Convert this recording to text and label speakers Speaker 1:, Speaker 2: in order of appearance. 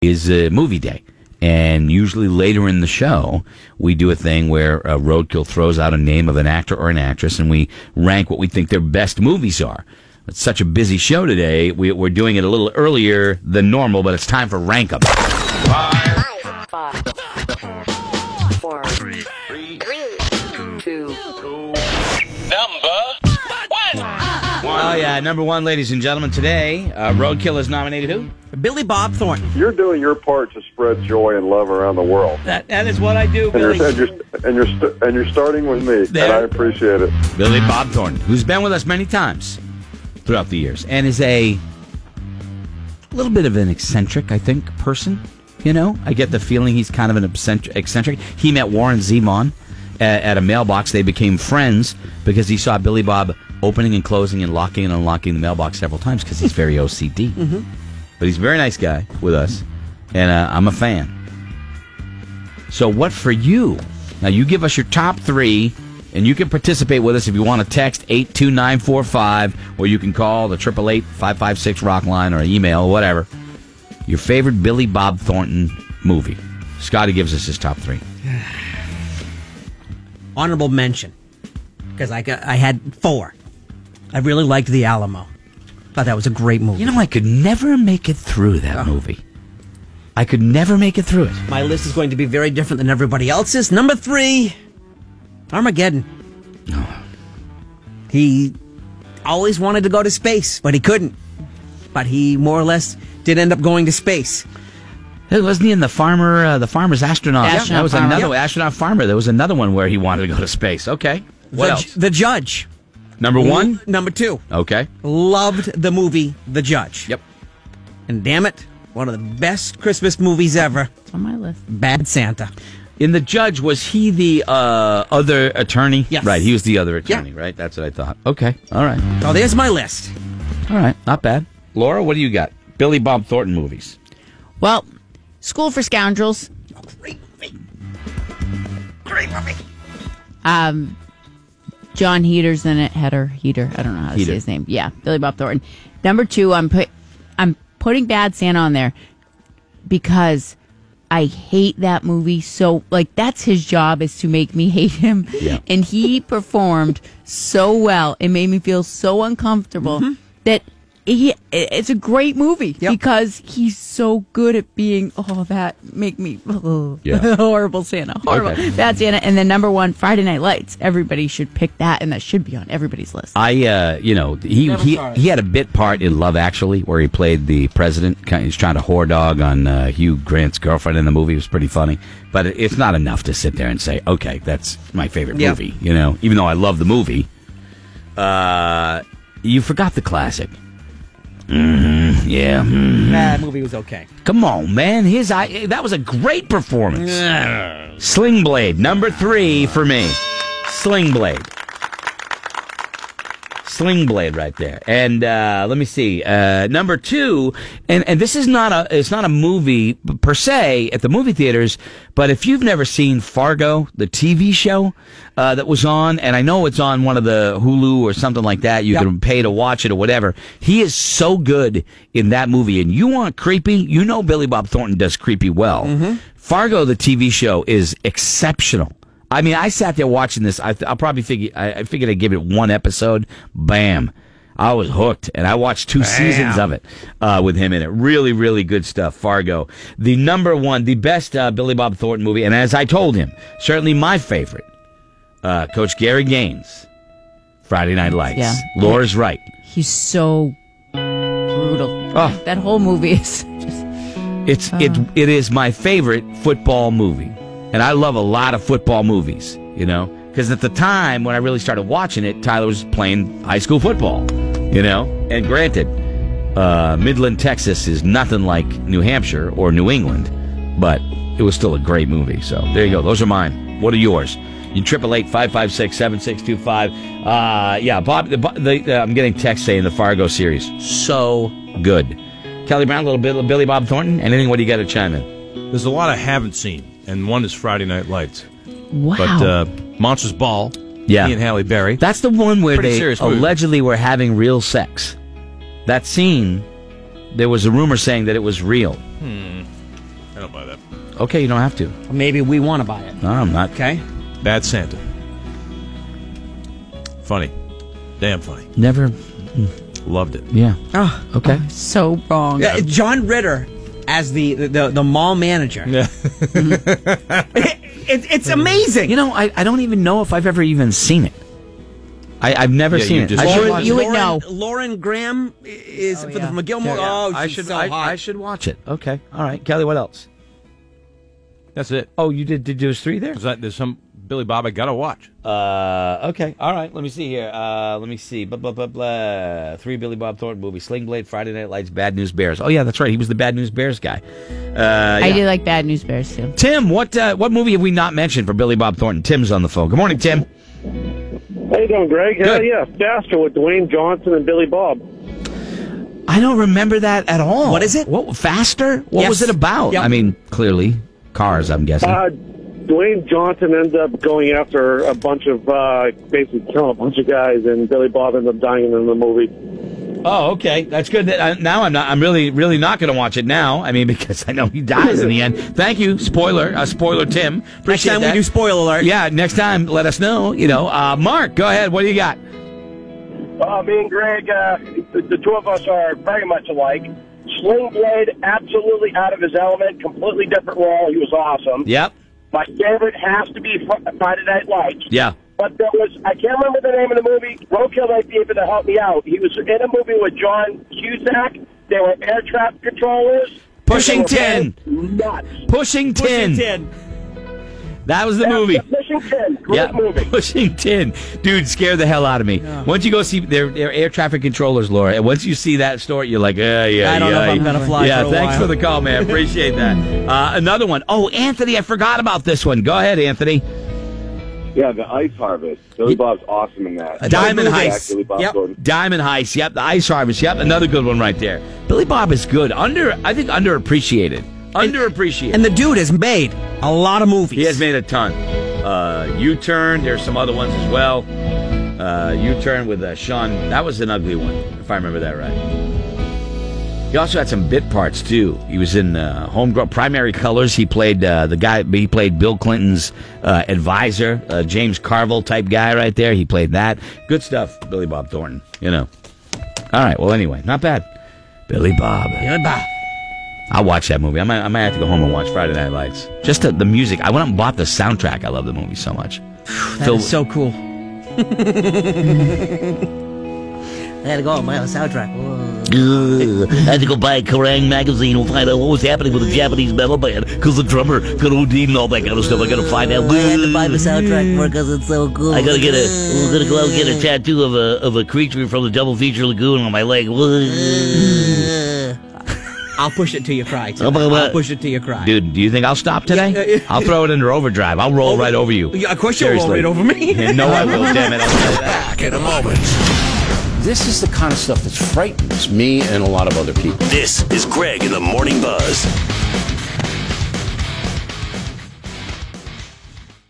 Speaker 1: is uh, movie day. And usually later in the show, we do a thing where uh, Roadkill throws out a name of an actor or an actress and we rank what we think their best movies are. It's such a busy show today. We, we're doing it a little earlier than normal, but it's time for Rank 'em.
Speaker 2: Five, four, three, two,
Speaker 3: Number one.
Speaker 1: Oh, yeah. Number one, ladies and gentlemen, today, uh, Roadkill has nominated who?
Speaker 4: Billy Bob Thornton.
Speaker 5: You're doing your part to spread joy and love around the world.
Speaker 4: That, that is what I do,
Speaker 5: And you're
Speaker 4: Billy.
Speaker 5: and you're and you're, st- and you're starting with me, and I appreciate it.
Speaker 1: Billy Bob Thornton, who's been with us many times throughout the years and is a little bit of an eccentric, I think, person. You know, I get the feeling he's kind of an eccentric. eccentric. He met Warren Zevon at, at a mailbox. They became friends because he saw Billy Bob opening and closing and locking and unlocking the mailbox several times because he's very OCD. But he's a very nice guy with us, and uh, I'm a fan. So, what for you? Now, you give us your top three, and you can participate with us if you want to text 82945, or you can call the 888 556 Rock line or email, whatever. Your favorite Billy Bob Thornton movie. Scotty gives us his top three.
Speaker 4: Honorable mention. Because I, got- I had four. I really liked The Alamo. Thought that was a great movie.
Speaker 1: You know, I could never make it through
Speaker 4: Oh.
Speaker 1: that movie. I could never make it through it.
Speaker 4: My list is going to be very different than everybody else's. Number three, Armageddon. He always wanted to go to space, but he couldn't. But he more or less did end up going to space.
Speaker 1: Hey, wasn't he in the farmer, uh, the farmer's astronaut?
Speaker 4: Astronaut
Speaker 1: that was
Speaker 4: Farmer.
Speaker 1: another
Speaker 4: Yep.
Speaker 1: one, astronaut farmer. There was another one where he wanted to go to space. Okay, what
Speaker 4: the,
Speaker 1: else?
Speaker 4: the Judge.
Speaker 1: Number one.
Speaker 4: Number two.
Speaker 1: Okay.
Speaker 4: Loved the movie The Judge.
Speaker 1: Yep.
Speaker 4: And damn it, one of the best Christmas movies ever
Speaker 6: It's on my list.
Speaker 4: Bad Santa.
Speaker 1: In the judge, was he the uh, other attorney?
Speaker 4: Yes.
Speaker 1: Right, he was the other attorney,
Speaker 4: Yeah.
Speaker 1: right? That's what I thought. Okay, all right.
Speaker 4: So there's my list.
Speaker 1: All right, not bad. Laura, what do you got? Billy Bob Thornton movies.
Speaker 6: Well, School for Scoundrels.
Speaker 4: Great movie. Great movie.
Speaker 6: Um, John Heater's in it. Heater, Heater. I don't know how to
Speaker 1: Heater.
Speaker 6: say his name. Yeah, Billy Bob Thornton. Number two, I'm put. I'm putting Bad Santa on there because I hate that movie. So, like, that's his job is to make me hate him.
Speaker 1: Yeah.
Speaker 6: And he performed so well. It made me feel so uncomfortable
Speaker 1: Mm-hmm.
Speaker 6: that he. it- It's a great movie
Speaker 4: Yep.
Speaker 6: because he's so good at being. Oh, that make me. oh,
Speaker 1: Yeah.
Speaker 6: horrible Santa. Horrible.
Speaker 1: Okay.
Speaker 6: That's Anna. And then number one, Friday Night Lights. Everybody should pick that, and that should be on everybody's list.
Speaker 1: I, uh, you know, he
Speaker 4: Never
Speaker 1: he,
Speaker 4: saw it.
Speaker 1: he had a bit part in Love Actually, where he played the president. Kind- He's trying to whore dog on uh, Hugh Grant's girlfriend in the movie. It was pretty funny, but it- it's not enough to sit there and say, "Okay, that's my favorite
Speaker 4: Yeah.
Speaker 1: movie." You know, even though I love the movie, uh, you forgot the classic. hmm yeah. mhm.
Speaker 4: That movie was okay.
Speaker 1: Come on, man. His I, that was a great performance. Sling Blade, number three for me. Sling Blade. Sling Blade right there. And uh, let me see. Uh, number two, and, and this is not a it's not a movie per se at the movie theaters, but if you've never seen Fargo, the TV show uh, that was on, and I know it's on one of the Hulu or something like that, you
Speaker 4: Yep.
Speaker 1: can pay to watch it or whatever. He is so good in that movie, and you want creepy, you know Billy Bob Thornton does creepy well. Fargo, the TV show, is exceptional. I mean, I sat there watching this. I, I'll probably figure. I, I figured I'd give it one episode. Bam. I was hooked, and I watched two seasons of it uh, with him in it. Really, really good stuff. Fargo, the number one, the best uh, Billy Bob Thornton movie, and as I told him, certainly my favorite. Uh, Coach Gary Gaines, Friday Night Lights.
Speaker 6: Yeah.
Speaker 1: Laura's right.
Speaker 6: He's so brutal.
Speaker 1: Oh.
Speaker 6: That whole movie is just.
Speaker 1: It's it it is my favorite football movie, and I love a lot of football movies. You know, because at the time when I really started watching it, Tyler was playing high school football. You know, and granted, uh, Midland, Texas is nothing like New Hampshire or New England, but it was still a great movie. So there you go. Those are mine. What are yours? You triple eight five five six seven six two five. Uh, yeah, Bob. The, the, uh, I'm getting text saying the Fargo series so good. Kelly Brown, a little bit of Billy Bob Thornton. Anything? What do you got to chime in?
Speaker 7: There's a lot I haven't seen, and one is Friday Night Lights.
Speaker 6: Wow.
Speaker 7: But uh, Monsters Ball,
Speaker 1: Yeah.
Speaker 7: he and Halle Berry.
Speaker 1: That's the one where
Speaker 7: Pretty
Speaker 1: they
Speaker 7: serious movie.
Speaker 1: allegedly were having real sex. That scene, there was a rumor saying that it was real.
Speaker 7: I don't buy that.
Speaker 1: Okay, you don't have to.
Speaker 4: Maybe we want to buy it.
Speaker 1: No, I'm not.
Speaker 4: Okay.
Speaker 7: Bad Santa. Funny. Damn funny.
Speaker 1: Never.
Speaker 7: Loved it.
Speaker 1: Yeah.
Speaker 4: Oh,
Speaker 1: Okay.
Speaker 6: So wrong.
Speaker 4: Uh, John Ritter as the the, the mall manager.
Speaker 7: Yeah.
Speaker 4: It, it's amazing.
Speaker 1: You know, I, I don't even know if I've ever even seen it. I, I've never
Speaker 7: Yeah,
Speaker 1: seen
Speaker 7: you
Speaker 1: it.
Speaker 7: just-
Speaker 1: I should
Speaker 7: Lauren-
Speaker 1: watch
Speaker 6: you
Speaker 1: it.
Speaker 6: would know.
Speaker 4: Lauren Graham is
Speaker 6: Oh,
Speaker 4: for
Speaker 6: yeah.
Speaker 4: the
Speaker 1: Yeah,
Speaker 4: McGilmore. Oh, she's
Speaker 1: I should.
Speaker 4: so
Speaker 1: I,
Speaker 4: hot.
Speaker 1: I should watch it. Okay. All right, Kelly. What else?
Speaker 7: That's it.
Speaker 1: Oh, you did. Did those three there?
Speaker 7: Is that, there's some Billy Bob I gotta watch.
Speaker 1: Uh, okay. All right. Let me see here. Uh, let me see. Blah blah blah blah. Three Billy Bob Thornton movies: Sling Blade, Friday Night Lights, Bad News Bears. Oh yeah, that's right. He was the Bad News Bears guy. Uh,
Speaker 6: I
Speaker 1: yeah.
Speaker 6: do like Bad News Bears too.
Speaker 1: Tim, what uh, what movie have we not mentioned for Billy Bob Thornton? Tim's on the phone. Good morning, Tim.
Speaker 3: How you doing, Greg? Hell
Speaker 1: Good.
Speaker 3: yeah, Faster with Dwayne Johnson and Billy Bob.
Speaker 1: I don't remember that at all.
Speaker 4: What is it?
Speaker 1: What faster? What
Speaker 4: Yes.
Speaker 1: was it about?
Speaker 4: Yep.
Speaker 1: I mean, clearly cars. I'm guessing.
Speaker 3: Uh, Dwayne Johnson ends up going after a bunch of, uh, basically killing a bunch of guys, and Billy Bob ends up dying in the movie.
Speaker 1: oh, okay. That's good. That I, now I'm not. I'm really, really not going to watch it now. I mean, because I know he dies in the end. Thank you. Spoiler. Uh, spoiler, Tim.
Speaker 4: Next
Speaker 1: Appreciate
Speaker 4: time
Speaker 1: that.
Speaker 4: we do spoiler alert.
Speaker 1: Yeah, next time, let us know. You know, uh, Mark, go ahead. What do you got?
Speaker 3: Uh, me and Greg, uh, the, the two of us are very much alike. Sling Blade, absolutely out of his element, completely different role. He was awesome.
Speaker 1: Yep.
Speaker 3: My favorite has to be Fr- Friday Night Lights.
Speaker 1: Yeah.
Speaker 3: But there was, I can't remember the name of the movie. Roadkill might be able to help me out. He was in a movie with John Cusack. They were air traffic controllers.
Speaker 1: Pushing
Speaker 3: They were
Speaker 1: Tin.
Speaker 3: both Nuts.
Speaker 1: Pushing tin.
Speaker 4: Pushing tin.
Speaker 1: That was the
Speaker 3: That's
Speaker 1: movie.
Speaker 3: it, Pushing Tin. Great movie.
Speaker 1: Pushing Tin. Dude, scare the hell out of me. Once you go see their, their air traffic controllers, Laura, and once you see that story, you're like, yeah, yeah,
Speaker 4: I don't know if I'm gonna fly
Speaker 1: Yeah,
Speaker 4: for a
Speaker 1: thanks
Speaker 4: while.
Speaker 1: for the call, man. Appreciate that. Uh, another one. Oh, Anthony, I forgot about this one. Go ahead, Anthony.
Speaker 5: Yeah, the Ice Harvest. Billy Bob's awesome in that.
Speaker 1: Diamond
Speaker 5: Yeah,
Speaker 1: Heist.
Speaker 5: Billy Bob
Speaker 4: Yep.
Speaker 5: Thornton.
Speaker 1: Diamond Heist. Yep, the Ice Harvest. Yep, another good one right there. Billy Bob is good. Under, I think underappreciated. Underappreciated.
Speaker 4: And the dude has made a lot of movies.
Speaker 1: He has made a ton. Uh, U Turn. There's some other ones as well. Uh, U Turn with uh, Sean. That was an ugly one, if I remember that right. He also had some bit parts too. He was in uh, Homegrown Primary Colors. He played uh, the guy. He played Bill Clinton's uh, advisor, uh, James Carville type guy right there. He played that. Good stuff, Billy Bob Thornton. You know. All right. Well, anyway, not bad. Billy Bob. I'll watch that movie. I might, I might have to go home and watch Friday Night Lights. Just the, the music. I went out and bought the soundtrack. I love the movie so much.
Speaker 4: That
Speaker 1: Phil-
Speaker 4: is so cool. I gotta go on my own soundtrack. Whoa.
Speaker 1: Ugh, I had to go buy a Kerrang magazine and find out what was happening with the Japanese metal band because the drummer could OD and all that kind of stuff. I gotta find out.
Speaker 4: I had to buy the soundtrack for because it's so cool.
Speaker 1: I gotta get a. I'm gonna go out and get a tattoo of a of a creature from the Double Feature Lagoon on my leg.
Speaker 4: I'll push it till you cry. Tim.
Speaker 1: Oh, but-
Speaker 4: I'll push it till you cry.
Speaker 1: Dude, do you think I'll stop
Speaker 4: Yeah, yeah,
Speaker 1: today?
Speaker 4: yeah. Oh,
Speaker 1: I'll throw it under overdrive. I'll roll right over you.
Speaker 4: Yeah, of course you'll roll
Speaker 1: Seriously.
Speaker 4: right over me.
Speaker 1: Yeah, no, I will. Damn it.
Speaker 8: Back in a moment.
Speaker 9: This is the kind of stuff that frightens me and a lot of other people.
Speaker 8: This is Greg in the Morning Buzz.